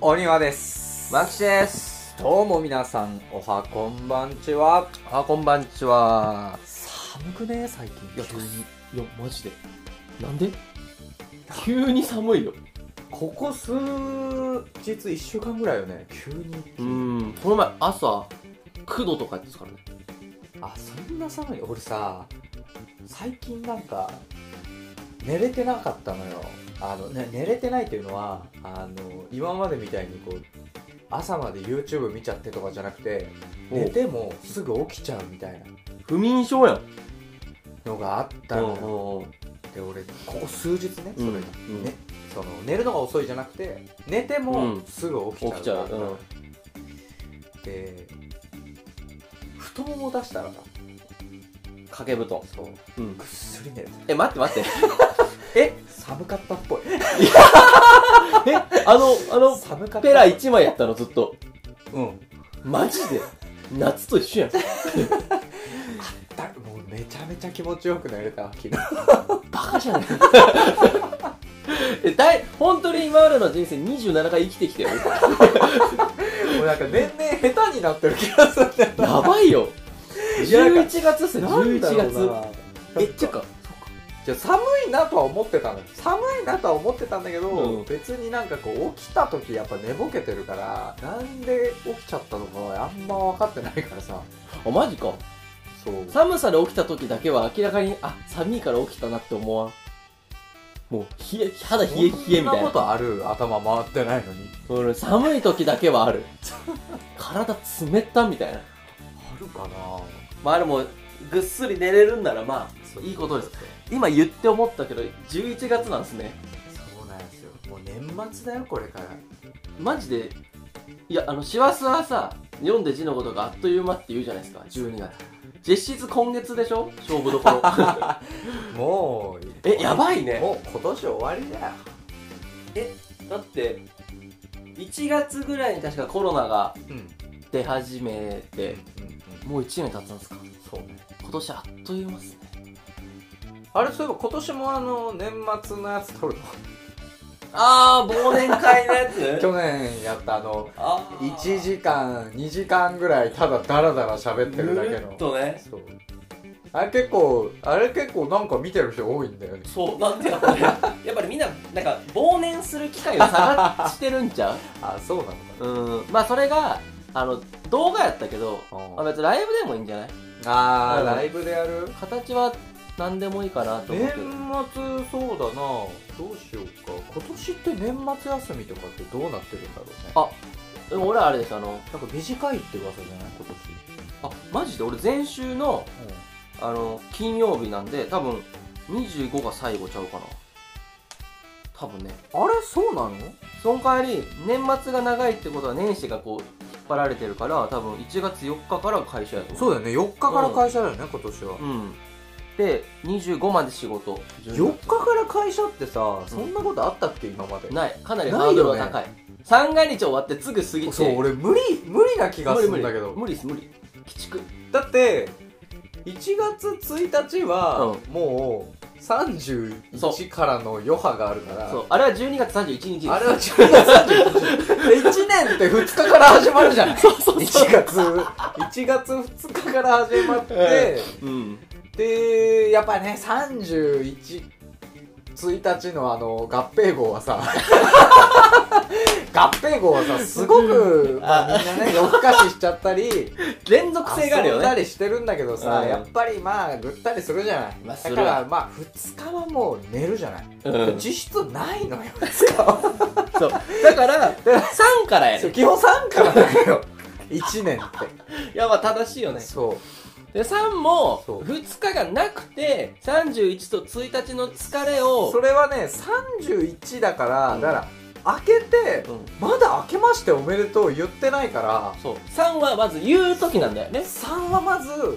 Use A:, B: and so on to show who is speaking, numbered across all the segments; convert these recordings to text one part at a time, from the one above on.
A: お庭です。
B: マキシです
A: どうも皆さん、おはこんばんちは。
B: あこんばんちは
A: 寒くね最近。急に。
B: いやマジでなんで急に寒いよ
A: ここ数日、1週間ぐらいよね。急に。
B: うんこの前朝9度とかやってたからね
A: あ、そんな寒い。俺さ、最近なんか、寝れてなかったのよ。あの、ね、寝れてないというのは、あの、今までみたいにこう、朝まで YouTube 見ちゃってとかじゃなくて、寝てもすぐ起きちゃうみたい
B: 不眠症やん
A: なのがあったのよ。で、俺、ここ数日ね、それが。
B: うん
A: ね、その寝るのが遅いじゃなくて寝ても
B: うん
A: すぐ起き
B: 起き
A: ち
B: ち
A: ゃう,、
B: ゃううん
A: で布団を出したらさ
B: 掛け布団
A: そう
B: うん
A: ぐっすり寝る
B: え待って待って
A: え寒かったっぽい
B: えあのあの
A: 寒かった
B: ペラ1枚やったのずっと
A: うん
B: マジで夏と一緒やん
A: だもうめちゃめちゃ気持ちよく寝れた昨日
B: バカじゃない えだい本当に今までの人生27回生きてきてよ
A: もうなんか年々下手になってる気がするんだよ
B: やばいよ
A: いやなんか
B: 11月っすよ11月え
A: え
B: っていうか
A: じゃあ寒いなとは思ってたのよ寒いなとは思ってたんだけど、
B: うん
A: 別になんかこう起きた時やっぱ寝ぼけてるからなんで起きちゃったのかはあんま分かってないからさ
B: あマジか
A: そう
B: 寒さで起きた時だけは明らかにあ寒いから起きたなって思わんもう冷え肌冷え冷えみ
A: そ
B: た
A: ん
B: い
A: な
B: な
A: ことある頭回ってないのに
B: 俺寒い時だけはある 体冷たみたいな
A: あるかな
B: まあでもぐっすり寝れるんならまあいいことです今言って思ったけど11月なんですね
A: そうなんですよもう年末だよこれから
B: マジでいやあの師走はさ読んで字のことがあっという間って言うじゃないですか12月実質今月でしょ勝負どころ
A: もう
B: えやばいね
A: もう今年終わりだよ
B: だって1月ぐらいに確かコロナが
A: うんうん
B: 出始めて
A: うん
B: もう1年経ったんですか
A: そうね
B: 今年あっという間っすね
A: あれそういえば今年もあの年末のやつ撮る の
B: ああ忘年会のや つ
A: 去年やったあの
B: あー
A: 1時間2時間ぐらいただダラダラ喋ってるだけ
B: ぬる
A: の
B: っとね
A: そうあれ結構あれ結構なんか見てる人多いんだよね
B: そうなんでやっ ぱりやっぱりみんななんか忘年する機会を探してるんちゃ
A: あそうなのか
B: う うんまあそれがあの動画やったけど
A: な
B: あ別にライブでもいいんじゃない
A: あー
B: うん
A: ライブでやる
B: 形は何でもいいかなと思
A: 年
B: って
A: 末そうだなどうしようか今年って年末休みとかってどうなってるんだろうね
B: あでも俺はあれですあの
A: なんか短いって噂じゃない今年
B: あマジで俺前週のあの金曜日なんで多分25が最後ちゃうかな多分ね
A: あれそうなの
B: その代わり年末が長いってことは年始がこう引っ張られてるから多分1月4日から会社やと思う
A: そうだよね4日から会社だよね今年は
B: うんで25まで仕事
A: 4日から会社ってさそんなことあったっけ今まで
B: ないかなり
A: な
B: ハ
A: い
B: ード
A: よ
B: ルが
A: ね
B: 高い三が日終わってすぐ過ぎて
A: そう俺無理無理な気がするんだけど
B: 無理無理無理です無理鬼畜
A: だって1月1日はもう
B: そ
A: 31
B: う
A: からの余波があるから
B: そうあれは12月31日です
A: あれは1月31日1年って2日から始まる じゃない
B: そうそうそう
A: 1月1月2日から始まって
B: うん
A: でやっぱね31 1日のあの合併号はさ 合併号はさすごく、まあ、みんなね夜更かししちゃったり
B: 連続性があるよ
A: 遊んだ
B: ね
A: りしてるんだけどさ、
B: うん
A: やっぱりまあぐったりするじゃない、
B: まあす
A: だ
B: る
A: からまあ2日はもう寝るじゃない、
B: うん
A: 実質ないのよ2日は
B: そうだから3からや
A: そ
B: ね
A: う基本3からだ よ1年っ
B: いやまあ正しいよ
A: て
B: ね
A: そう
B: で3も
A: そう
B: 2日がなくて31と1日の疲れを
A: それはね31だから、
B: うん
A: だから開けて、
B: うん
A: まだ開けましておめでとう言ってないから
B: そう3はまず言う時なんだよね
A: 3はまず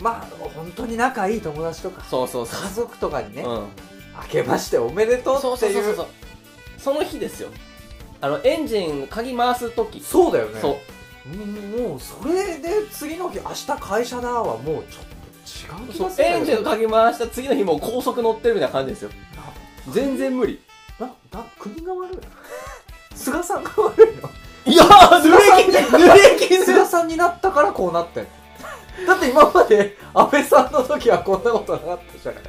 A: まあ本当に仲いい友達とか
B: そうそうそ
A: 家族とかにね、
B: う、うん、
A: 開けましておめでと
B: そうう
A: って
B: そう
A: い
B: そううそうその日ですよあのエンジン鍵回す時
A: そうだよね
B: そう
A: もうそれで次の日明日会社だはもうちょっと違う気
B: そ
A: が
B: う
A: する
B: エンジンの鍵回した次の日もう高速乗ってるみたいな感じですよ全然無理
A: なな国が悪い菅さんが悪い の
B: いや ー、濡れ衣、濡れ衣
A: 菅さんになったからこうなってんのだって今まで安倍さんの時はこんなことなかったじゃない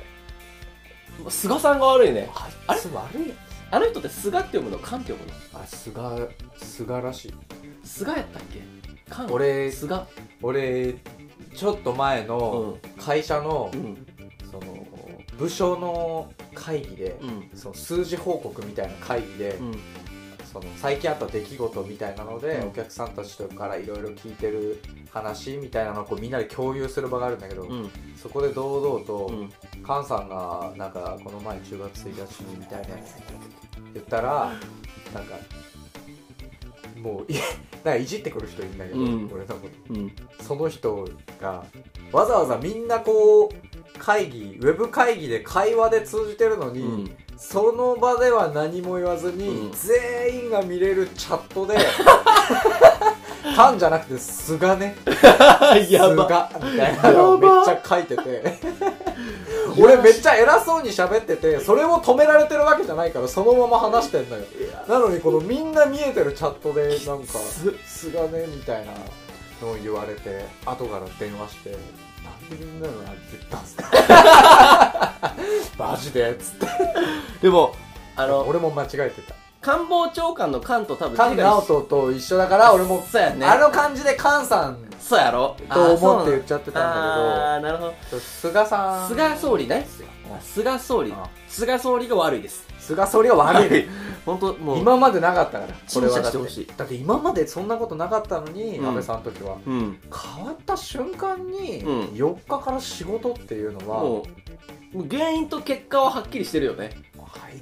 B: 菅さんが悪いね。
A: あれ悪い
B: あの人って菅って読むの、菅って読むの。
A: あ菅菅らしい
B: 菅やったっけ菅。
A: 俺
B: 菅。
A: 俺ちょっと前
B: う
A: の
B: ん。
A: 会社の、
B: うん。
A: その部署の会議で、
B: うん。
A: その数字報告みたいな会議で、
B: うん。
A: その最近あった出来事みたいなので、
B: うん
A: お客さんたちとからいろいろ聞いてる話みたいなのをこうみんなで共有する場があるんだけど、
B: うん。
A: そこで堂々と、
B: うん。
A: カンさんがなんかこの前10月1日にみたいなやつ言ったらなんかもういなんかいじってくる人いるんだけど、
B: うん
A: 俺のこと。
B: うん。
A: その人がわざわざみんなこう会議ウェブ会議で会話で通じてるのに、
B: うん。
A: その場では何も言わずに、
B: うん
A: 全員が見れるチャット で「タン」じゃなくて「すがね」「
B: やば。
A: すが」みたいなのをめっちゃ書いてて俺めっちゃ偉そうに喋っててそれを止められてるわけじゃないからそのまま話してんのよなのにこのみんな見えてるチャットでなんか
B: す
A: すがねみたいなのを言われて後から電話して「なんでみんなのあれ言ったんすか? 」 マジでっつって
B: でも、あの、
A: 俺も間違えてた
B: 官房長官の官と多分
A: 菅直人と一緒だから俺も、
B: そうやね。
A: あの感じで菅さん
B: そうやろ
A: と思って言っちゃってたんだ
B: あーそうなのあー、なるほ
A: けど菅さん
B: ど。菅総理ね。
A: うん
B: 菅総理
A: あ。
B: 菅総理が悪いです。
A: 菅総理は悪い
B: 本当もう。
A: 今までなかったからこれ
B: 陳
A: は
B: 謝
A: だ
B: し
A: って
B: ほ
A: て
B: しい。
A: だって今までそんなことなかったのに、
B: うん
A: 安倍さんの時は
B: うん。
A: 変わった瞬間に
B: うん
A: 4日から仕事っていうのは、
B: もう、もう原因と結果ははっきりしてるよね。
A: はい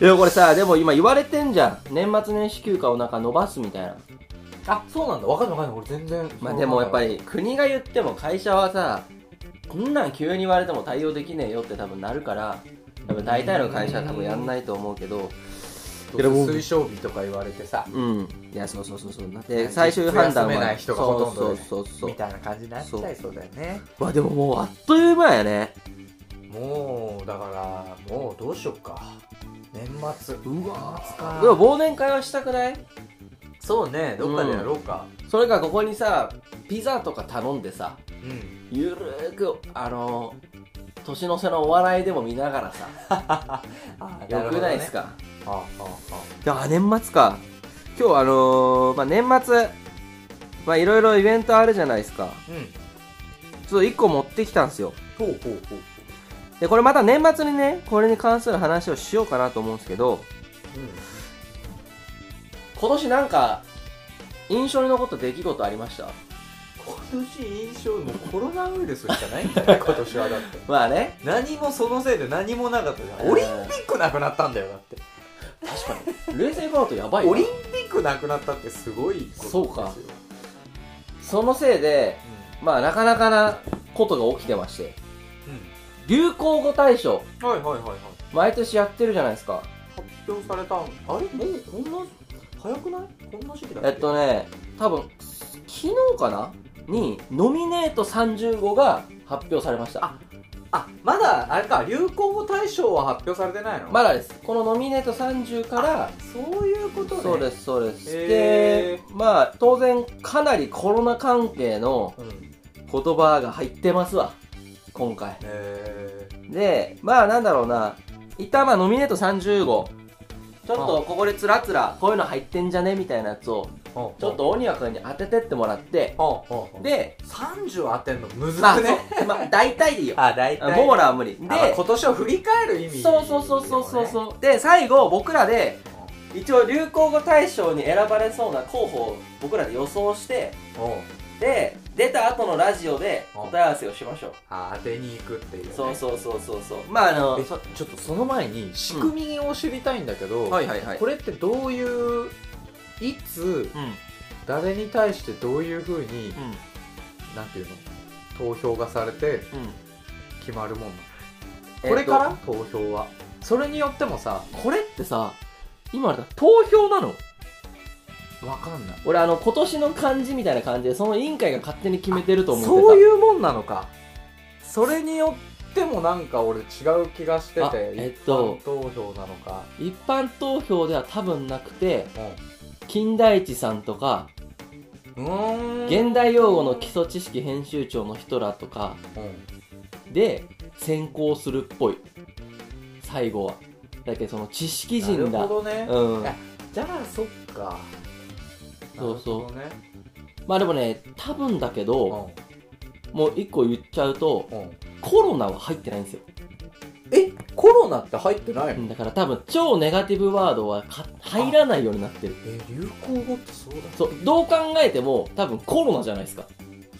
B: いや、これさ、でも今言われてんじゃん。年末年始休暇をなんか伸ばすみたいな。
A: あそうなんだわかんないわかんない俺全然
B: まあでもやっぱ
A: り
B: り国が言っても会社はさ、こんなん急に言われても対応できねえよって多分なるから、多分大体の会社は多分やんないと思うけど、けども
A: 推奨日とか言われてさ
B: うん。いや、そうそうそうそう。で、最終判断は。
A: 休めない人がほとんどで
B: そうそうそう
A: み
B: そ
A: たいな感じになっちゃいそうだよね
B: う。わ、でももうあっという間やね。
A: もうだからもうどうしよっか年末
B: う
A: 年末
B: でも
A: か
B: 忘年会はしたくない
A: そうねどっかでやろうか
B: それかここにさ、ピザとか頼んでさ、
A: うん、
B: ゆるーく、あのー、年の瀬のお笑いでも見ながらさ、
A: あー
B: よくないですか、
A: なるほどねあああ
B: あ、年末か。今日あのー、まあ、年末、まあ、いろいろイベントあるじゃないですか。
A: あうん
B: ちょっと一個持ってきたんですよ。
A: ほうほうほう
B: で、これまた年末にね、これに関する話をしようかなと思うんですけど、今年なんか、印象に残った出来事ありました
A: うん、今年印象もうコロナウイルスしかないんだよ 今年はだって
B: まあね。
A: 何もそのせいで何もなかったじゃんオリンピックなくなったんだよだって
B: 確かに。冷静に考えるとやばいな
A: オリンピックなくなったってすごいことですよ
B: そうかそのせいで、まあなかなかなことが起きてまして。
A: う
B: 流行語大
A: ん、
B: 賞、
A: はいはいはいはい
B: 毎年やってるじゃないですか。
A: 発表されたんあれもうこんな早くないこんな時期だっけ
B: えっとね、多分、昨日かなに、ノミネート30語が発表されました。あ、
A: あまだあれか流行語大賞は発表されてないの
B: ま
A: だ
B: だです。このノミネート30から、
A: そういうことね、
B: そうですす、そうです。
A: へ
B: で、まあ、当然、かなりコロナ関係の
A: うん、
B: 言葉が入ってますわ。今回。
A: え
B: で、まあ、なんだろうな。一旦、まあ、ノミネート30号。ちょっと、ここでつらつら、こういうの入ってんじゃねみたいなやつを、
A: ー、ほう
B: ちょっと、鬼くんに当ててってもらって、
A: ほうほうほう
B: で、
A: 30当てんのむず
B: まあ、
A: くね
B: そうまあ、大体でいいよ。
A: あ大
B: あモー
A: で
B: ラは無理。
A: 今年を振り返る意
B: で、
A: 味
B: そうそうそうそうそう
A: う
B: そう。で、最後、僕らで、一応、流行語大賞に選ばれそうな候補を僕らで予想して、
A: おう
B: で、出た後のラジオで
A: うん
B: 答え合わせをしましょう。
A: あ当てに行くっていうね、
B: そうそうそうそうそう。まあ、あの、
A: えちょっとその前に仕組みを知りたいんだけど、
B: いはいは
A: これってどういういつ
B: うん、うん。
A: 誰に対してどういうふうになんていうの投票がされて決まるもんなのこれから、投票はそれによってもさ
B: これってさ、今あれだ、投票なの
A: わかんない
B: 俺あの、今年の漢字みたいな感じで、その委員会が勝手に決めてると思ってた。
A: そう
B: う。
A: いうもんなのかそれによってもなんか俺違う気がして
B: あ
A: て、
B: えっと
A: 一般投票なのか、
B: 一般投票では多分なくて
A: うん、
B: 金田一さんとか
A: うーん
B: 現代用語の基礎知識編集長の人らとか
A: うん
B: で先行するっぽい最後はだけどその知識人
A: な
B: だ
A: るほどね、
B: うん
A: じゃあそっか
B: そうそう
A: なる
B: まあでもね多分だけど、
A: ほどね
B: もう一個言っちゃうと
A: うんうん
B: コロナは入ってないんですよ
A: えコロナって入ってないの、
B: だから多分超ネガティブワードはか入らないようになってる
A: え流行語ってそうだ
B: そうどう考えても多分コロナじゃないですか、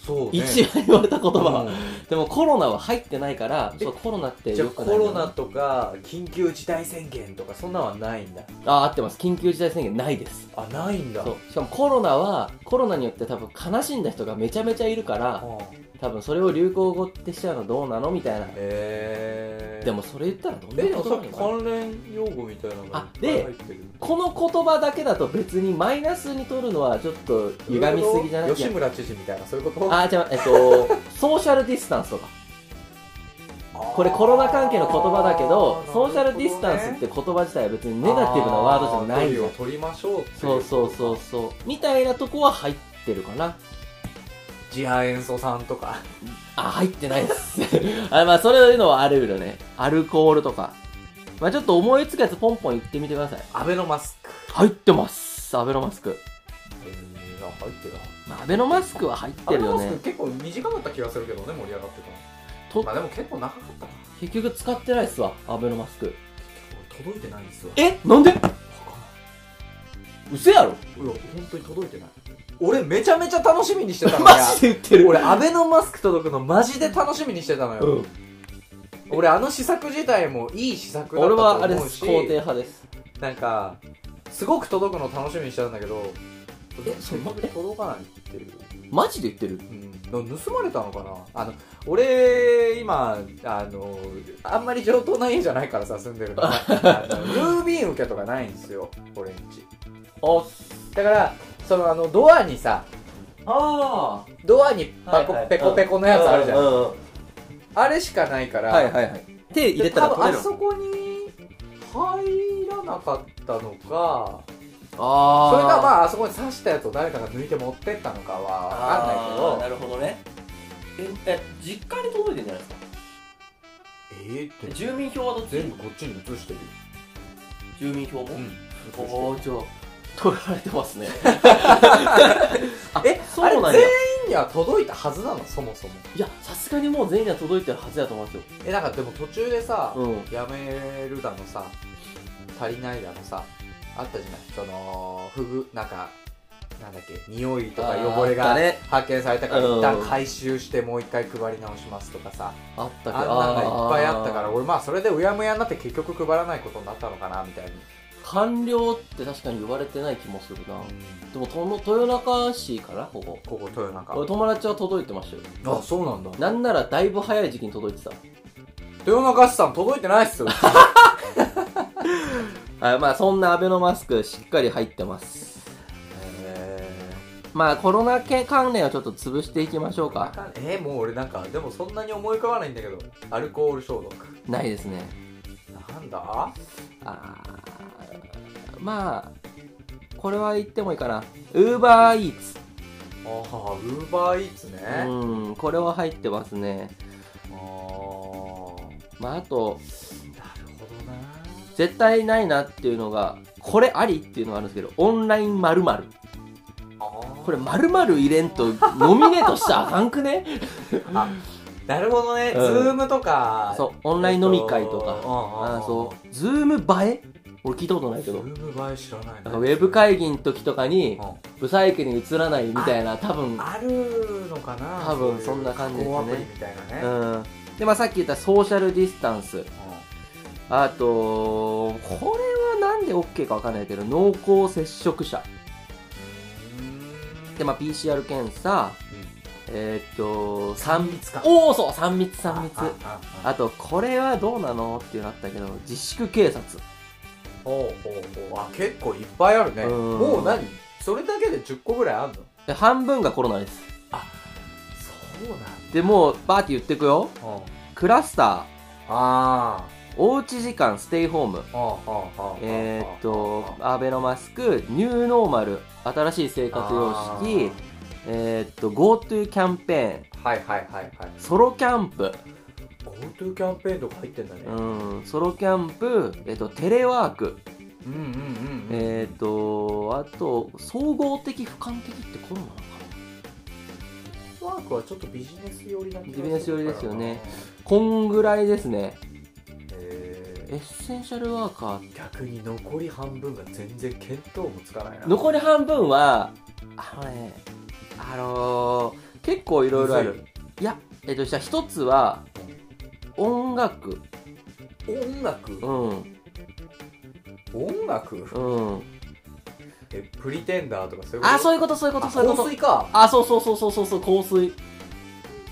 A: そうね
B: 一番言われた言葉は、
A: うん
B: でもコロナは入ってないからそうコロナって
A: じゃあ
B: よ
A: コ
B: くない
A: ロナとか緊急事態宣言とかそんなんはないんだ
B: あ合ってます緊急事態宣言ないです
A: あないんだ
B: そうしかもコロナはコロナによって多分悲しんだ人がめちゃめちゃいるから
A: うん
B: 多分それを流行語ってしちゃうのどうなのみたいな
A: えー、
B: でもそれ言ったらどんな
A: えで
B: 言
A: もさ
B: 葉
A: っき
B: になる
A: 関連用語みたいなのが
B: あ
A: いっぱい入ってる
B: この言葉だけだと別にマイナスに取るのはちょっと歪みすぎじゃない
A: 吉村知事みたいなそういうこと
B: あ、じゃあ、えっ と、ソーシャルディスタンスとか。これコロナ関係の言葉だけど、ソーシャルディスタンスって言葉自体は別にネガティブなワードじゃない
A: よ
B: よ。
A: 取りましょうってい
B: そうそうそうそう。みたいなとこは入ってるかな。
A: 自販塩素酸とか
B: あ、入ってないです。 あまあ、それいうのはあるよね。アルコールとか。まあ、ちょっと思いつくやつポンポン言ってみてください。
A: アベノマスク
B: 入ってます。アベノマスク。
A: えー、あ入ってるな
B: まあ、アベノマスクは入っ
A: アベ
B: てる
A: ノ
B: よ
A: マス
B: ね
A: ク。結構短かった気がするけどね盛り上がってた
B: と
A: のまあでも結構長かったな
B: 結局使ってないっすわ、アベノマスク。
A: 俺届いてないんですよ
B: えなんで嘘やろ
A: いや本当に届いてない俺めちゃめちゃ楽しみにしてたの
B: マ
A: よ
B: ジで言ってる
A: 俺アベノマスク届くのマジで楽しみにしてたのよ、
B: うん
A: 俺あの試作自体もいい試作だった
B: 俺
A: と
B: はあれで
A: 思う
B: す
A: し
B: 肯定派です
A: なんかすごく届くの楽しみにしてたんだけど
B: えそれ
A: 全く届かないっていう
B: マジで言ってる
A: うん、盗まれたのかなあの俺今あのあんまり上等な家じゃないからさ住んでるの あの郵便受けとかないんですよ俺んち
B: あ
A: だからそのあのドアにさ
B: あ
A: ドアにパコ、
B: はいはい
A: ペコペコのやつあるじゃん、
B: うんうん
A: あれしかないから、
B: はいはいはい手入れたら
A: 多分
B: 取れ
A: あ
B: る
A: そこに入らなかったのかそれ
B: あ
A: かま
B: あ
A: ああそこに刺したやつを誰かが抜いて持ってったのかはわかんない
B: るほどねええ実家に届いてんじゃないですか
A: けどえーって
B: 住民票はどっ
A: 全部こっちに移してる
B: 住民票も
A: うん
B: おおじゃあ取られてま すね
A: え
B: そうなんや
A: あれ全員には届いたはずなのそもそも
B: いやさすがにもう全員には届いてるはずやと思いますよ
A: えなんかでも途中でさ、
B: うん
A: やめるだのさ足りないだのさあったじゃないそのふぐなんかなんだっけ匂いとか汚れ
B: ああ
A: が
B: ったね
A: 発見されたから
B: うん
A: 一旦回収してもう一回配り直しますとかさ
B: あったけ
A: あん
B: ど
A: なのがいっぱいあったから
B: ー
A: 俺まあそれでうやむやになって結局配らないことになったのかなみたいに、
B: 官僚って確かに言われてない気もするなでもとも豊中市かなここ
A: ここ豊中
B: 俺友達は届いてましたよ
A: あそうなんだ
B: なんならだいぶ早い時期に届いて
A: 豊中市さん届いてないっすよ
B: たあまあそんなアベノマスクしっかり入ってます
A: えー
B: まあコロナ系関連をちょっと潰していきましょうか
A: えーもう俺なんかでもそんなに思い浮かばないんだけどアルコール消毒
B: ないですね
A: なんだ
B: あーまあこれは言ってもいいかなウーバーイーツ
A: ああウーバーイーツね
B: う、んこれは入ってますね
A: ああなるほ
B: まああと
A: どな
B: 絶対ないなっていうのがこれありっていうのがあるんですけどオンラインまるまるこ
A: こ
B: れまるまる入れんとノミネートしたらあかんくね
A: あなるほどね、
B: うん
A: ズームとか
B: そううオンライン飲み会とかあ
A: あ
B: ーそうズーム映え俺聞いたことないけ
A: ズ
B: ど
A: ーム映え知らないね
B: なんかウェブ会議の時とかに
A: うん
B: ブサイクに映らないみたいな多分
A: あるのかな
B: 多分
A: ういう
B: そんな感じですね
A: 加工アプリみたいなね、
B: うんでまあさっき言ったソーシャルディスタンスあとこれはなんで OK かわかんないけど濃厚接触者
A: うん
B: でまあ PCR 検査えーっと
A: 三密か
B: おおそう3密3密
A: ああああ
B: あとこれはどうなのっていうのあったけど自粛警察
A: ほうほうほうあ結構いっぱいあるね
B: うん
A: もう何それだけで10個ぐらいあんの
B: で半分がコロナです
A: そうなん
B: でもうバーって言ってくよ
A: だ
B: クラスタ
A: あ
B: ー、おうち時間、ステイホーム、
A: あああああ
B: えーっと、アベノマスク、ニューノーマル、新しい生活様式、えーっと、GoTo キャンペーン、
A: はいはいはいはい
B: ソロキャンプ、
A: GoTo キャンペーンとか入ってんだね、
B: うん、ソロキャンプ、えーっと、テレワーク、
A: うん、うんうんうん
B: えーっと、あと、総合的、俯瞰的ってコロナなのかな
A: ワークはちょっとビジネス寄りな気がする
B: ビジネス寄りですよねこんぐらいですね。
A: え
B: エッセンシャルワーカー。
A: ー逆に残り半分が全然見当もつかないな
B: 残り半分は、あのね、あのー結構いろいろある。いや、えっと、じゃあ一つは、音楽。
A: 音楽、
B: うん、
A: 音楽
B: うん。
A: えプリテンダーとかそういうこと
B: あ、そう
A: いう
B: いうこと、そういうこと、そういうこ
A: 香
B: と。
A: 水か
B: あ、そうそうそうそうそうそう、香水。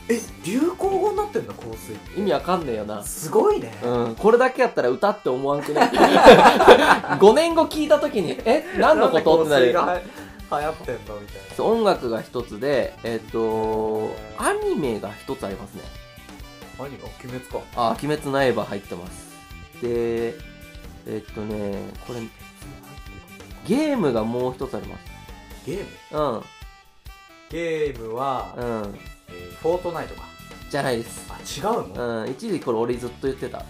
A: え流行語になってんだ香水
B: 意味わかんねえよな。
A: すごいね、
B: うん、これだけやったら歌って思わんくない ?5 年後聞いたときに、え、何のことってな
A: なんで
B: る。
A: 香水が流行ってんのみたいな
B: そう音楽が一つで、えっと、アニメが一つありますね。
A: 何が鬼滅か
B: あ、鬼滅の刃入ってます。で、えっとね、これ、ゲームがもう一つあります。
A: ゲーム
B: うん、
A: ゲームは、
B: うん。
A: えーフォートナイトか
B: じゃないです。
A: あ違うの、
B: うん、一時これ俺ずっと言ってた。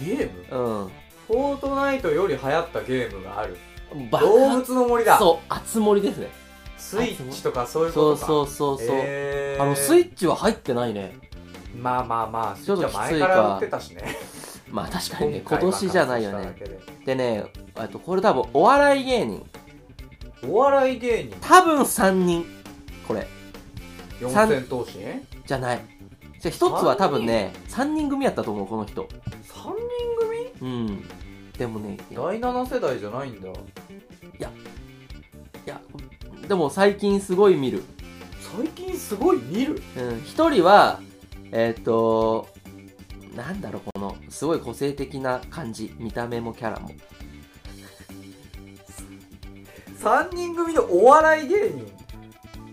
A: ゲーム
B: うん。
A: フォートナイトより流行ったゲームがある
B: バ
A: 動物の森だ
B: そう、熱盛ですね。
A: スイッチとかそういう
B: そ
A: こ
B: う
A: とか
B: そううそうそう。
A: えー、
B: あの、スイッチは入ってないね。
A: まあまあまあスイッチは
B: ちょっときつ
A: 前
B: いか
A: から売ってたしね
B: まあ 確かにね、今年じゃないよ
A: 今回
B: ね
A: 爆。発しただ
B: でね、あとこれ多分お笑い芸人。
A: けでお笑い芸人
B: 多分3人。これ。
A: 四
B: 三
A: 千頭身
B: じゃない。じゃあ一つは多分ね、3人組やったと思う、この人。
A: 三人組
B: うん。でもね、いや
A: 第七世代じゃないんだ
B: いやでも最近すごい見る。
A: 最近すごい見る
B: うん。一人は、えっ、と、なんだろう、この、すごい個性的な感じ。見た目もキャラも。
A: 三人組のお笑い芸人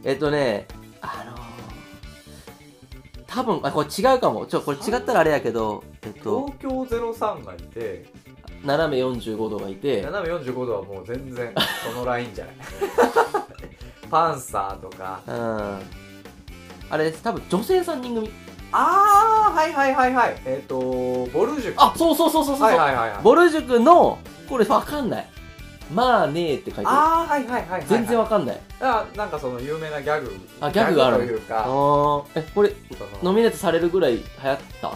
B: えっとね、あのー、多分あ、これ違うかも。ちょ、これ違ったらあれやけど、えっと、
A: 東京ゼロ三がいて
B: 斜め45度がいて、
A: 斜め45度はもう全 然そのラインじゃないパンサーとか
B: うん。あれです、多分女性3人組。
A: あーはいはいはいはいえっ、とボルジュク
B: あ、そうそうそうそうそう。
A: はいはいはいはい
B: ボル塾の、これわかんない。まあねえって書いてある。
A: あーはいはいはいはいはい
B: 全然わかんない。
A: あなんかその有名なギャグ
B: あギャグがある
A: ギという
B: あ
A: か
B: ーえ、これ、
A: そ
B: ノ
A: の
B: ミネートされるぐらい流行った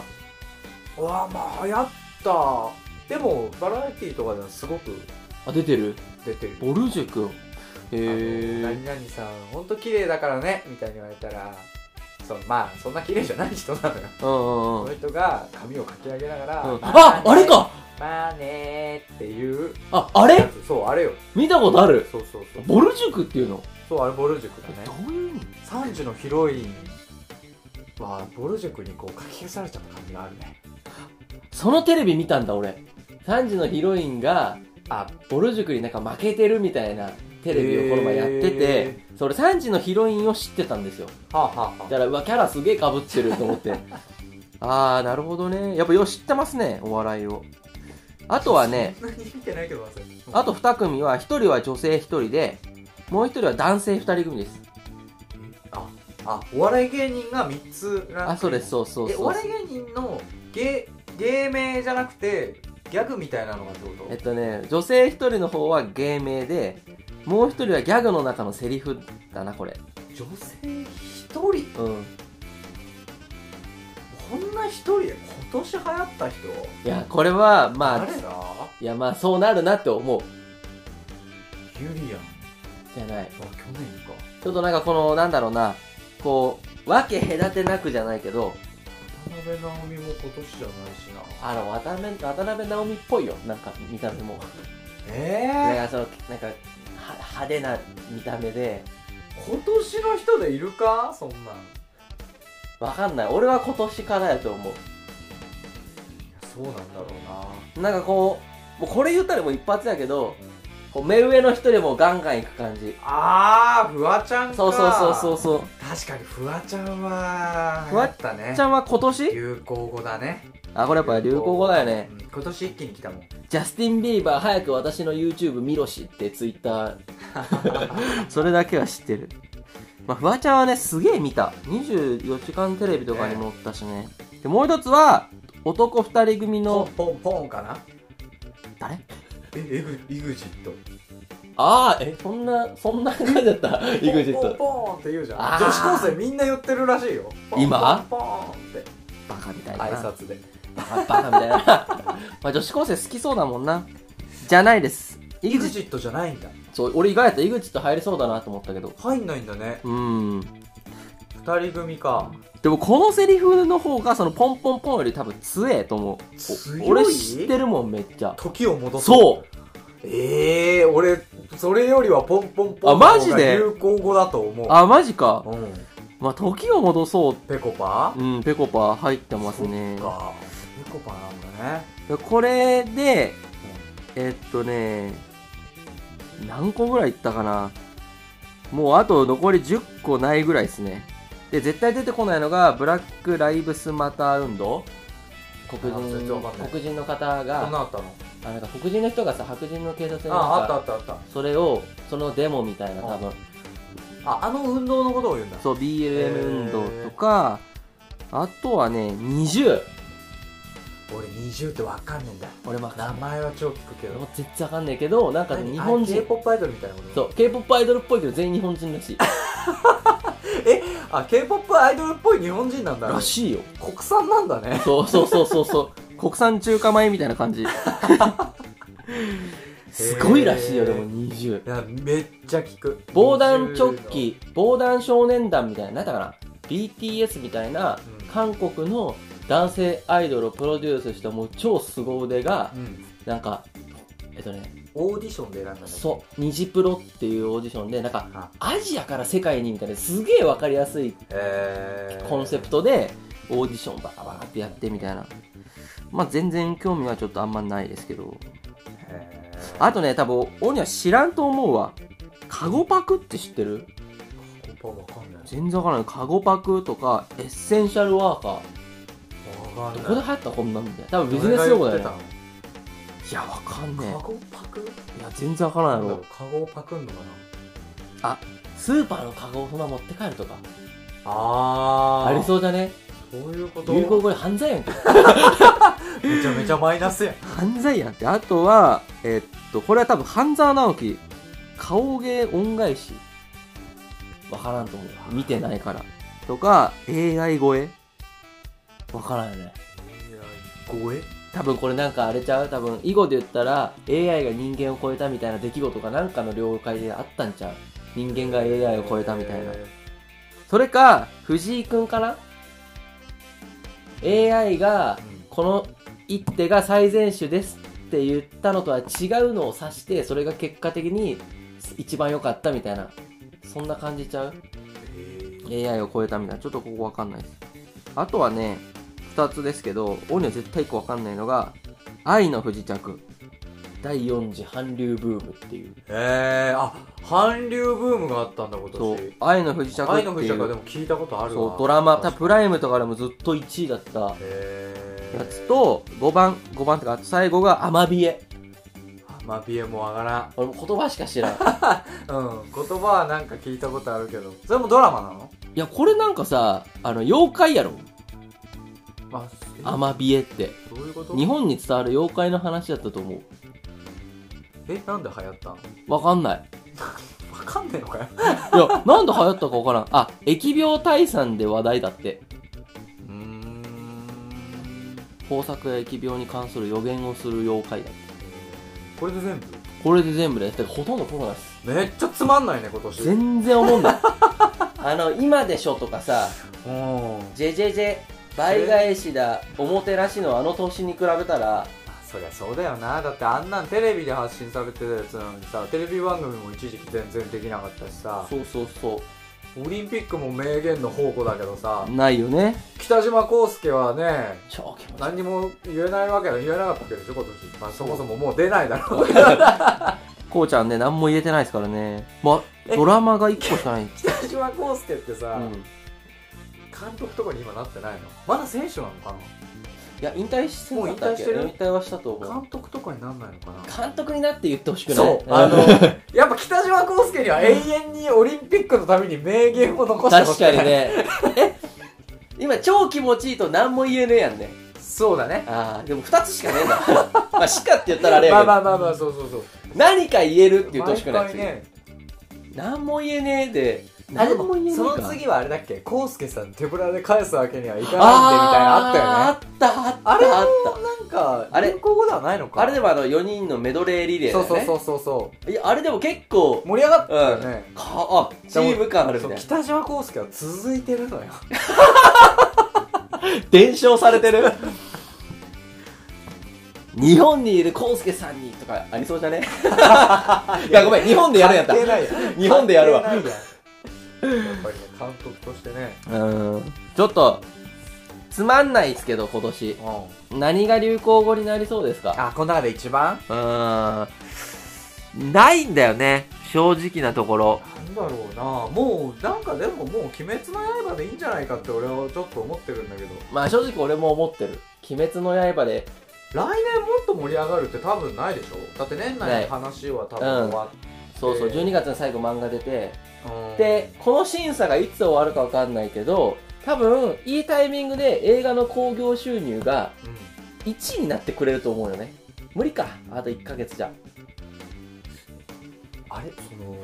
A: うわまあ流行ったでもバラエティーとかではすごく
B: あ出てる
A: 出てる
B: ボルジュ君
A: あ
B: へ
A: の何々さん本当綺麗だからねみたいに言われたらそうまあそんな綺麗じゃない人なのよ
B: えうんうん
A: そうの
B: ん
A: 人が髪をかき上げながら、
B: うん
A: まね
B: ああれか
A: まあねーっていう
B: ああ
A: や
B: れ
A: つそうあれよ
B: 見たことある
A: そうそうそう
B: ボルジュ君っていうの
A: そうあれボル塾だね
B: どういう意味
A: 3時のヒロインはボル塾にこう書き消されちゃった感じがあるね
B: そのテレビ見たんだ俺3時のヒロインが
A: あ
B: ボルジュ君になんか負けてるみたいなテレビをこの前やってて
A: へ
B: それ3時のヒロインを知ってたんですよ
A: はあはあは
B: だからうわキャラすげえかぶってると思って あーなるほどねやっぱよう知ってますねお笑いをあ
A: あ
B: とはね
A: そんなに見てないけど忘れた
B: あと2組は1人は女性1人でもう1人は男性2人組です
A: ああお笑い芸人が3つ
B: あそうですそうそう
A: えお
B: そう
A: 笑い芸人の芸芸名じゃなくてギャグみたいなのがってこ
B: えっ
A: と
B: とね女性1人の方は芸名でもう1人はギャグの中のセリフだなこれ
A: 女性1人
B: うん
A: こんな1人で今年流行った人
B: いやこれはまあ
A: 誰だ
B: いやまあそうなるなって思う
A: ユリアン
B: じゃない
A: あ去年か
B: ちょっとなんかこのなんだろうなこう分け隔てなくじゃないけど
A: 渡辺直美も今年じゃないしな
B: あの渡辺渡辺直美っぽいよなんか見た目もなん
A: ええ
B: かそのなんかは派手な見た目で
A: 今年の人でいるかそんなんい
B: わかんない俺は今年からやと思
A: やそうなんだろうな
B: うなんかこうもうこれ言ったらもう一発やけどこう目上の人でもガンガンいく感じ
A: あーフワちゃんか
B: そうそうそうそうそう
A: 確確かにフワちゃんは
B: フワ
A: 流行ったね
B: ちゃんは今年
A: 流行語だね
B: あ、これやっぱ流行語だよね
A: う。ん今年一気に来たもん
B: ジャスティン・ビーバー早く私の YouTube 見ろしってツイッタ ー。それだけは知ってる。まあ、フワちゃんはね、すげえ見た。24時間テレビとかにも載ったしね。で、もう一つは、男二人組
A: ポ
B: の
A: ン、ポンポンかな
B: 誰
A: えエグイグジット
B: ああ、え、そんな、そんな感じだった。 イグジッ
A: ポンポ
B: ト。
A: ンポンって言うじゃん
B: あー
A: 女子高生みんな言ってるらしいよポン
B: 今
A: ポンポンって
B: バカみたいな。
A: 挨拶で
B: バカバカみた いな。まあ、女子高生好きそうだもんな。じゃないです。イ
A: イ
B: グ
A: グ
B: ジット。
A: ジットじゃないんだ
B: そう、俺意外やったらイグジット入りそうだなと思ったけど。
A: 入んないんだね
B: うん。
A: 二人組か
B: でもこのセリフの方がそのポンポンポンより多分強えと思う
A: 強い
B: お俺知ってるもんめっちゃ
A: 時を戻す
B: そう
A: ええー、俺それよりはポンポンポン
B: あマジで
A: の方が流行語だと思う
B: あマジか
A: うん
B: まあ時を戻そ
A: ペコパ
B: ううんぺこぱ入ってますね
A: そっかペコパなんだね
B: これでえっとね何個ぐらいいったかなもうあと残り10個ないぐらいですねで絶対出てこないのがブラック・ライブスマター運動黒
A: あ全然わかんな
B: 人
A: い
B: 黒人の方
A: そんな
B: が
A: あったの
B: あなんか黒人の人がさ白人の警察になんか
A: ああったあったあった
B: それをそのデモみたいな
A: あ
B: 多分
A: ああの運動のことを言うんだ
B: そう BLM 運動とか、あとはね20
A: 俺20ってわかんねえんだ
B: 俺も
A: 名前は超聞くけ
B: 俺
A: ど
B: も絶対わかんないけどなんか日本人
A: k p o p アイドルみたいなこと
B: そう k p o p アイドルっぽいけど全員日本人らしい
A: あ k p o p アイドルっぽい日本人なんだ
B: らしいよ
A: 国産なんだね
B: そうそうそうそうそう 国産中華米みたいな感じすごいらしいよでも20
A: いやめっちゃ聞く
B: 防弾チョ
A: 20
B: ッ
A: の
B: キ防弾少年団みたいななんだかな BTS みたいな
A: うん
B: 韓国の男性アイドルをプロデュースしたもう超凄腕が
A: うん
B: なんかえっとね
A: オーディションで選んだの
B: そうニジプロっていうオーディションでなんか
A: あ
B: アジアから世界にみたいなすげえ分かりやすい
A: えー
B: コンセプトでオーディションバカバカってやってみたいなまあ全然興味はちょっとあんまないですけど
A: えー
B: あとね多分オニは知らんと思うわカゴパクって知ってる
A: コパわかんない
B: 全然わからないカゴパクとかエッセンシャルワーカ
A: わ
B: ー
A: か
B: ど
A: んない
B: こで流行ったこんなんみたいな多分ビジネス用語だよ
A: 俺
B: ね
A: が言っ
B: いやわかん
A: て
B: ね
A: た
B: え
A: のカゴパク
B: いや全然わからん
A: な
B: や
A: んだろ
B: ろ
A: うカゴパクんのかな
B: スーパーのカゴをそのまま持って帰るとか
A: あー
B: ありそうじゃね
A: そういうこと
B: 流行語で犯罪やんけ
A: めちゃめちゃマイナスやん
B: 犯罪やんってあとはえっとこれは多分半沢直樹顔芸恩返しわからんと思う見てないからとか AI 超えわからんよね
A: ごえ
B: 多分これなんかあれちゃう多分囲碁で言ったら AI が人間を超えたみたいな出来事がなんかの了解であったんちゃう人間が AI を超えたみたいな
A: え
B: それか藤井くんかな AI が
A: ーうん
B: この一手が最善手ですって言ったのとは違うのを指してそれが結果的に一番良かったみたいなそんな感じちゃう
A: えー
B: AI を超えたみたいなちょっとここわかんないですあとはね2つですけどオニは絶対1個わかんないのが「愛の不時着」第4次韓流ブームっていう
A: えー、あ韓流ブームがあったんだ今
B: そう
A: 年
B: 「愛の不時着」って
A: 愛の不
B: い
A: 時着はで
B: う
A: も聞いたことあるわ
B: そうドラマ多分
A: 確か
B: プライムとかでもずっと1位だったや
A: にえー、
B: つと5番5番ってか最後が「アマビエ
A: まあビエも上がら」
B: 俺も言葉しか知らん
A: んうん言葉はなんか聞いたことあるけどそれもドラマなの
B: いや、これなんかさ、あの、妖怪やろ。
A: あえ
B: アマビエって。
A: どういうこと
B: 日本に伝わる妖怪の話だったと思う。
A: えなんで流行ったの
B: わかんない。
A: わかんねえのかよ
B: いや、 なんで流行ったかわからん。あ、疫病退散で話題だって。
A: うーん
B: 豊作や疫病に関する予言をする妖怪だって。
A: これで全
B: これで全部です。だからほとんどコロナです。
A: 部めっちゃつまんないね今年うん
B: 全然思んない。 あの、今でしょとかさ、ジェジェジェ、倍返しだ、おもてなしのあの年に比べたら、
A: そりゃそうだよなだってあんなんテレビで発信されてたやつなのにさテレビ番組も一時期全然できなかったしさ
B: そうそうそ
A: オリンピックも名言の宝庫だけどさ
B: う。ないよね。
A: 北島康介はね
B: 超気持ち悪い
A: 何にも言えないわけだ言えなかったわけでしょ今年、まあ、そもそももう出ないだろう
B: こうちゃんね、何も言えてないですからね。ま、
A: え
B: ドラマが1個しかない。
A: 中島康介ってさ、
B: うん、い
A: 監督とかに今なってないのまだ選手なのか
B: や引退してなかったっけ
A: もう引退してる
B: 引退はしたと
A: な
B: 思
A: 監督とかになんないのかな
B: う監督になって言ってほしくない
A: そう、
B: ん
A: あの、 やっぱ北島康介には永遠にオリンピックのために名言を残してほ
B: 確
A: しい
B: かに。ねえ今超気持ちいいと何も言えねえやんね
A: そうだね。
B: ああでも2つしかねえんだ まあしかって言ったらあれや
A: まあ
B: けど
A: まあまあまあ、そうそうそう。
B: 何か言えるって言ってほしくない
A: 毎回ね。
B: 何も言えねえで
A: あ、
B: 何
A: で
B: も
A: も
B: 言えねえ、
A: そ
B: か
A: の次はあれだっけ康介さん手ぶらで返すわけにはいかないんでみたいなのあ
B: あ
A: っ
B: ーあったあった
A: たよね。あれ
B: あ
A: も
B: っ
A: なんか、
B: あれ
A: 流行語ではないの
B: た
A: か。
B: あれでもあの4人のメドレーリレーだ
A: そ
B: よ
A: う
B: ね
A: そうそうそうそう。
B: いやあれでも結構
A: 盛り上がったよね、
B: かあチーム感あるみ
A: そう
B: たいな
A: 北島康介は続いてるのよ
B: 伝承されてる 日本にいるコウスケさんにとかありそうじゃねいやごめん日本でやるんやった
A: 関係ないよ
B: 日本でやるわ
A: 関係ないやんやっぱりね監督としてね
B: うんちょっとつまんないですけど今年何が流行語になりそうですか
A: あこの中で一番
B: うんないんだよね正直なところ
A: なんだろうなもうなんかでももう「鬼滅の刃」でいいんじゃないかって俺はちょっと思ってるんだけど
B: まあ正直俺も思ってる「鬼滅の刃で」
A: 来年もっと盛り上がるって多分ないでしょだって年
B: な
A: 内の
B: い
A: 話は多
B: う
A: 分
B: ん
A: 終わっ
B: そうそう
A: えー
B: 12月の最後漫画出て
A: うん
B: でこの審査がいつ終わるかわかんないけど多分いいタイミングで映画の興行収入が
A: うん
B: 1位になってくれると思うよね無理かあと1ヶ月じゃ
A: あれその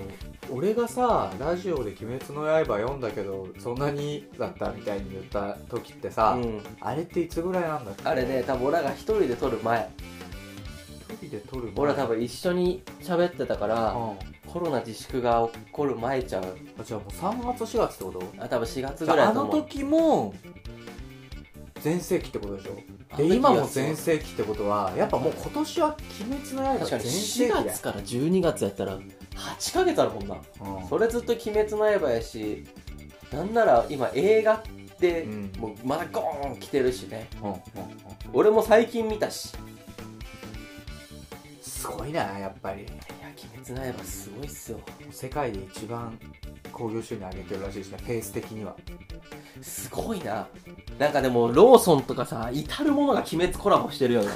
A: 俺がさラジオで「鬼滅の刃」読んだけどそんなにだったみたいに言った時ってさ、
B: うん
A: あれっていつぐらいなんだっけ
B: あれね多分俺らが1人で撮る前
A: 一人で撮る前
B: 俺ら多分一緒に喋ってたからコロナ自粛が起こる前ちゃう
A: うん、あじゃあもう3月4月ってこと
B: あ多分4月
A: じ
B: ぐ
A: ゃ
B: ら
A: あ
B: い
A: あ
B: だと
A: の
B: 思う
A: 時も全盛期ってことでしょ
B: あの時
A: で
B: が
A: 今も全盛期ってことはやっぱもう今年は「鬼滅の刃」
B: 確かに
A: 全盛期だ
B: 4
A: よ
B: 月から12月やったら8ヶ月あるもんな
A: うん
B: それずっと「鬼滅の刃」やしなんなら今映画って
A: うん
B: もうまだゴーン来てるしね
A: うんうんうん
B: 俺も最近見たしい
A: すごいなやっぱり
B: や「鬼滅の刃」すごいっすよ
A: 世界で一番興行収入上げてるらしいしねペース的には
B: すごいななんかでもローソンとかさ至るものが「鬼滅」コラボし てるよね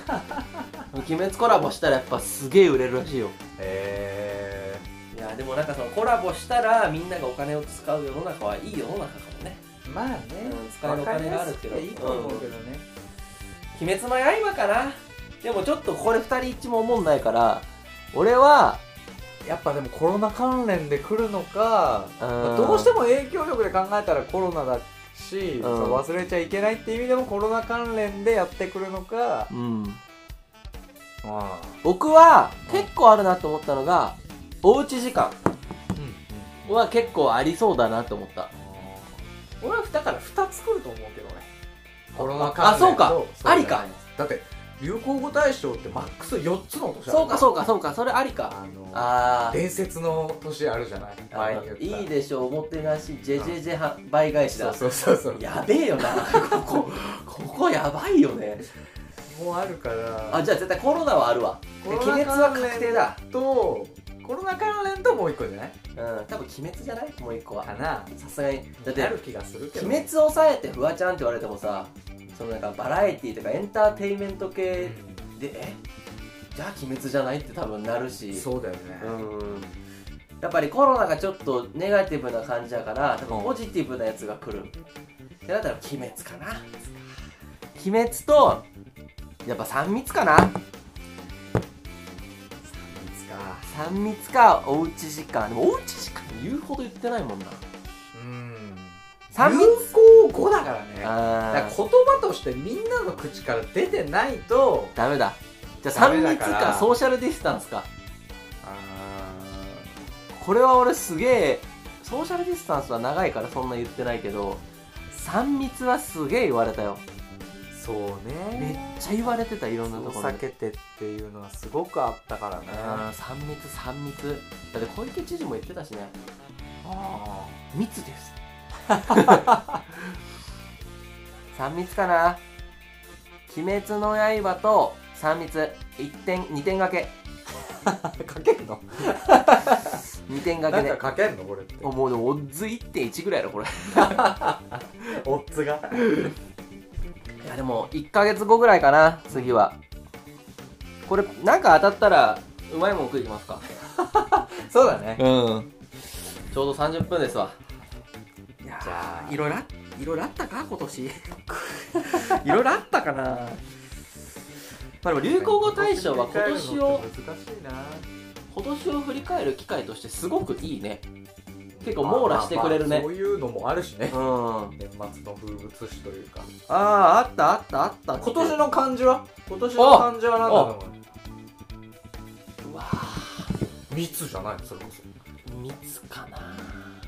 B: 鬼滅コラボしたらやっぱすげえ売れるらしいよ
A: へ
B: いやでもなんかそのコラボしたらみんながお金を使う世の中はいい世の中かもね
A: えまあね
B: うん使えるお金があるけ
A: わか
B: ど
A: りやすくていいと思うけどね、
B: 「鬼滅の刃」かなでもちょっとこれ二人一致も思んないから俺は
A: やっぱでもコロナ関連で来るのか
B: うん
A: どうしても影響力で考えたらコロナだし、
B: ん
A: そう忘れちゃいけないっていう意味でもコロナ関連でやってくるのか、
B: うん
A: あ
B: 僕は結構あるなと思ったのがおうち時間は結構ありそうだなと思った
A: 俺はだから2つ来ると思うけどねコロナ
B: あ
A: 関連と
B: そうか
A: じゃない
B: ありか
A: だって流行語大賞ってマックス4つの年ある
B: そうかそううかそうかそれありか
A: あの
B: あー
A: 伝説の年あるじゃない
B: あの
A: 前に言
B: いい
A: った
B: でしょうおもてなしジェジェジェは倍返しだ
A: そうそうそうそう
B: やべえよな ここここやばいよね
A: もうあるから
B: あじゃあ絶対コロナはあるわで
A: コロナ
B: 鬼滅は確定だ
A: とコロナ関連ともう一個じゃない
B: うん多分鬼滅じゃないもう一個は
A: かな
B: さすがにだっ
A: ある
B: て
A: 気がするけ
B: 鬼
A: ど
B: 滅抑えてフワちゃんって言われてもさそのなんかバラエティーとかエンターテインメント系でえじゃあ鬼滅じゃないって多分なるし
A: そうだよね、
B: うんやっぱりコロナがちょっとネガティブな感じだから多分ポジティブなやつが来るってなったら「鬼滅」かな「鬼滅」とやっぱ3密かな
A: いつか
B: 3密かおうち時間でもおうち時間言うほど言ってないもんな
A: うん
B: 三密
A: 流行語だからねだから
B: あ
A: 言葉としてみんなの口から出てないと
B: ダメだじゃあ
A: ダメ
B: 3
A: だ
B: 密
A: か
B: からソーシャルディスタンスか
A: あ
B: これは俺すげえソーシャルディスタンスは長いからそんな言ってないけど3密はすげえ言われたよ
A: そうね
B: めっちゃ言われてたいろんなところで
A: 避けてっていうのはすごくあったからね
B: あー3密3密だって小池知事も言ってたしね
A: あ
B: 密です 3密かな「鬼滅の刃」と3密1点2点掛け
A: ーかけるの
B: 2点
A: な
B: 掛
A: ん
B: け
A: かか
B: ね
A: けんのこれって
B: おもうでもオッズ1.1ぐらいやろこれ
A: オッズが
B: いやでも1ヶ月後ぐらいかな次はこれなんか当たったらうまいもん食いきますか
A: そうだね
B: うんちょうど30分ですわいや
A: じゃあ
B: いろいろあいろいろあったか今 年いろいろあったかなまあでも流行語大賞は今年を
A: 難しいな
B: 今年を振り返る機会としてすごくいいね結構網羅してくれるね
A: まあまあまあそういうのもあるしね
B: うん
A: 年末の風物詩というか
B: あああったあったあった
A: 今年の漢字は今年の漢字は何だろ
B: うわ
A: う密じゃないのそれこそ
B: 密かな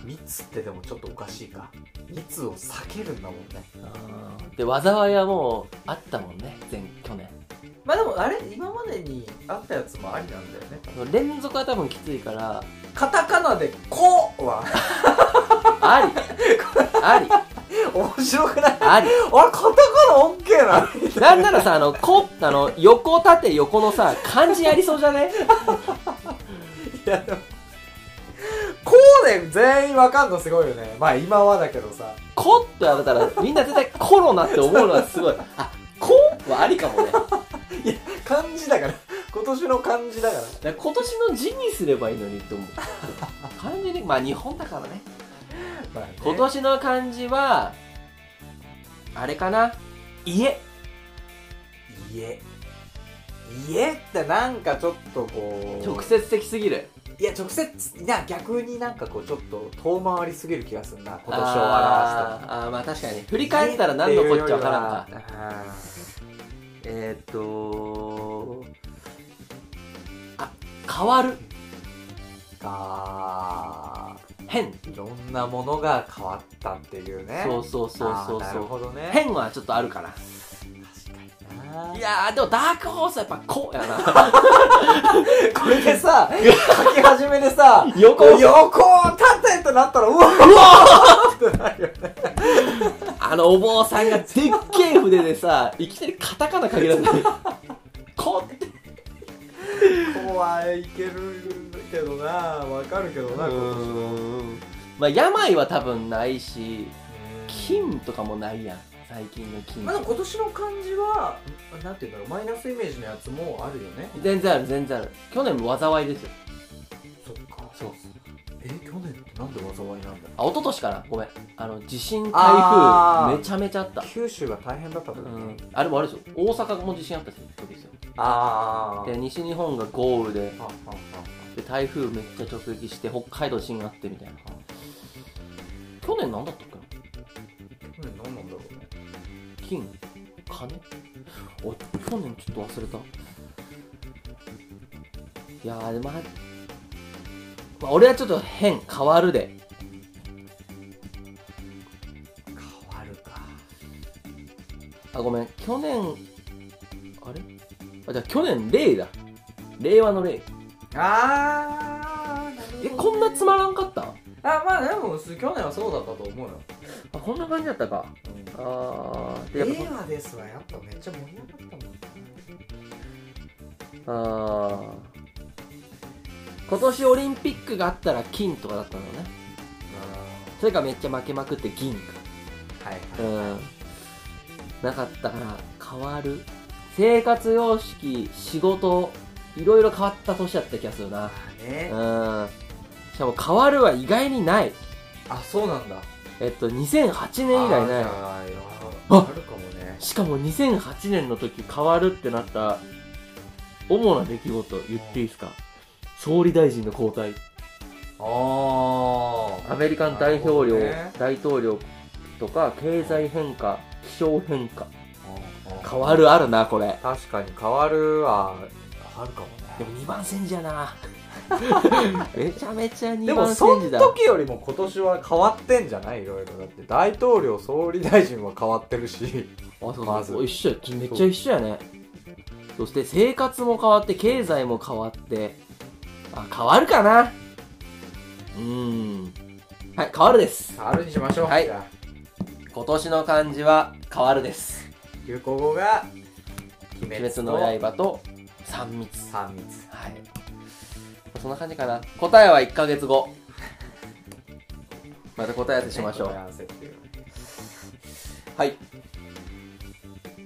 A: 密ってでもちょっとおかしいか密を避けるんだもんね
B: で災いはもうあったもんね前去年
A: まあでもあれ今までにあったやつもありなんだよね
B: 連続は多分きついから
A: カタカナで「こ」は
B: ありあり
A: 面白くない
B: あり
A: あれカタカナ OK なのに
B: なんならさあの「こ」あの横縦横のさ漢字ありそうじゃね
A: いやでもこうで全員わかんのすごいよねまあ今はだけどさ
B: 「こ」ってやれたらみんな絶対コロナって思うのはすごいあこはありかもねだか
A: 漢字だから今年の漢字だから
B: ら今年の字にすればいいのにと思う漢字にまあ日本だからね
A: まあね
B: 今年の漢字はあれかな家
A: 家家ってなんかちょっとこう
B: 直接的すぎる
A: いや直接いや逆になんかこうちょっと遠回りすぎる気がするな今年を表すと
B: あーあーまあ確かに振り返ったら何のこっちゃわからんか
A: 家っていうよりはあ
B: えー、っとあ変わる
A: ーあ
B: 変
A: ーいろんなものが変わったっていうね
B: そうそうそう
A: あ
B: そ
A: ー
B: う
A: な
B: そ
A: る
B: う
A: ほどね
B: 変はちょっとあるかな
A: 確かにない
B: やーでもダークホースはやっぱこうや な
A: これでさ、書き始めでさ、
B: 横
A: 横を立てとなったら、うわうわってなるよね。
B: あのお坊さんがでっけえ筆でさいきなりカタカナ書き出すこうって
A: 怖い、いけるけどな、わかるけどな、
B: まあ病は多分ないし金とかもないやん最近の金
A: まあ、でも今年の漢字は、なんていうんだろう、マイナスイメージのやつもあるよね。
B: 全然ある全然ある去年も災いですよ
A: そっか。そう。え、去年ってなんで災いなんだ
B: あ一昨年かなごめんあの地震台
A: あー
B: 風めちゃめちゃあった
A: 九州が大変だった
B: う
A: 時
B: ん
A: に。
B: あれもあれですよ大阪も地震あった時ですよ
A: あー
B: で西日本が豪雨で
A: あ。ああ
B: で台風めっちゃ直撃して北海道地震あってみたいな去年何だったっけな
A: あ去年何なんだろうね。
B: 金金お去年ちょっと忘れたいやーでも、まあまあ、俺はちょっと変変わるで
A: 変わるか。
B: あごめん去年あれあじゃあ去年令だ令和の令
A: あー
B: えこんなつまらんかった
A: あまあでも去年はそうだったと思うよ
B: あこんな感じだったかあーでやっ
A: 令和ですわやっぱめっちゃ盛り上がったもん
B: ぱあー今年オリンピックがあったら金とかだったのねそれがめっちゃ負けまくって銀か
A: はいうはい
B: んなかったから変わる生活様式仕事いろいろ変わった年だった気がするな
A: まあね
B: うんしかも変わるは意外にない
A: あそうなんだ
B: えっと
A: 以
B: 2008年以来ない
A: あいや
B: あ
A: あるかもね
B: しかも2008年の時変わるってなった主な出来事言っていいですか総理大臣の交代
A: あ
B: アメリカン大統領、
A: なるほどね
B: 大統領とか経済変化気象変化
A: あ
B: 変わるあるなこれ
A: 確かに変わるはあるかも
B: で
A: ね
B: も2番煎じやな めちゃめちゃ
A: で
B: 2
A: も
B: 番
A: そ
B: 煎じ
A: の
B: だ
A: 時よりも今年は変わってんじゃないいろいろだって大統領総理大臣は変わってるし
B: あそう
A: ま
B: そ
A: ず
B: う一緒やめっちゃ一緒やねそして生活も変わって経済も変わってあ変わるかなうーんはい変わるです
A: あるにしましょう
B: はい
A: じゃあ
B: 今年の漢字は変わるです
A: 流行語が「鬼
B: 鬼滅の刃と三密
A: 三密
B: はいそんな感じかな。答えは1ヶ月後。 また答え合わせしましょ
A: 答え
B: う。
A: 合わせっていう
B: はい。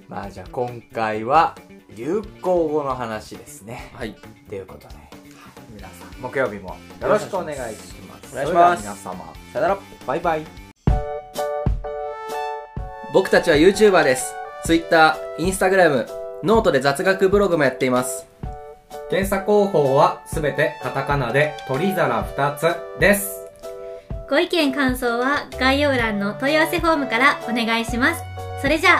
A: まあじゃあ今回は流行語の話ですね
B: はい。
A: ということで皆さん木曜日もよろしくお願いします
B: お願
A: それ
B: いします
A: では皆様
B: さよなら。
A: バイバイ
B: 僕たちは YouTuber です。Twitter、Instagram、ノートで雑学ブログもやっています。
A: 検査方法はすべてカタカナで鳥皿2つです
C: ご意見感想は概要欄の問い合わせフォームからお願いします。それじゃ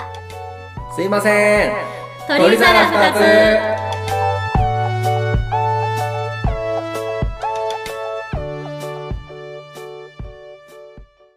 C: あ、
B: すいません。
C: 鳥皿2つ